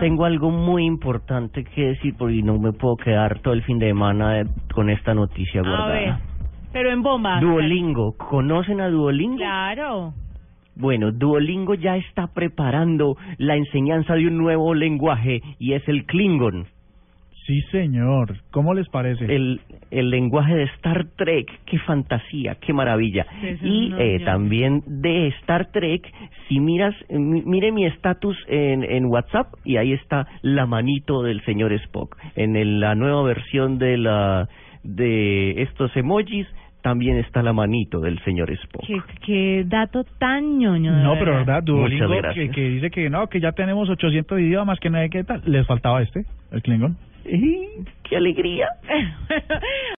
Tengo algo muy importante que decir porque no me puedo quedar todo el fin de semana eh, con esta noticia A ver, guardada. pero en bomba. Duolingo, ¿conocen a Duolingo? Claro. Bueno, Duolingo ya está preparando la enseñanza de un nuevo lenguaje y es el Klingon, Sí, señor. ¿Cómo les parece? el, el lenguaje de Star Trek. ¡Qué fantasía, qué maravilla! Sí, eso Y no, eh, ya. también de Star Trek, si miras, mi- mire mi estatus en, en WhatsApp y ahí está la manito del señor Spock. En el- la nueva versión de, la, de estos emojis también está la manito del señor Spock. Qué, qué dato tan ñoño. de No, pero verdad, Duolingo Muchas gracias. que, que dice que no, que ya tenemos 800 idiomas, que no hay que tal. Les faltaba este, el Klingon. ¡Qué alegría!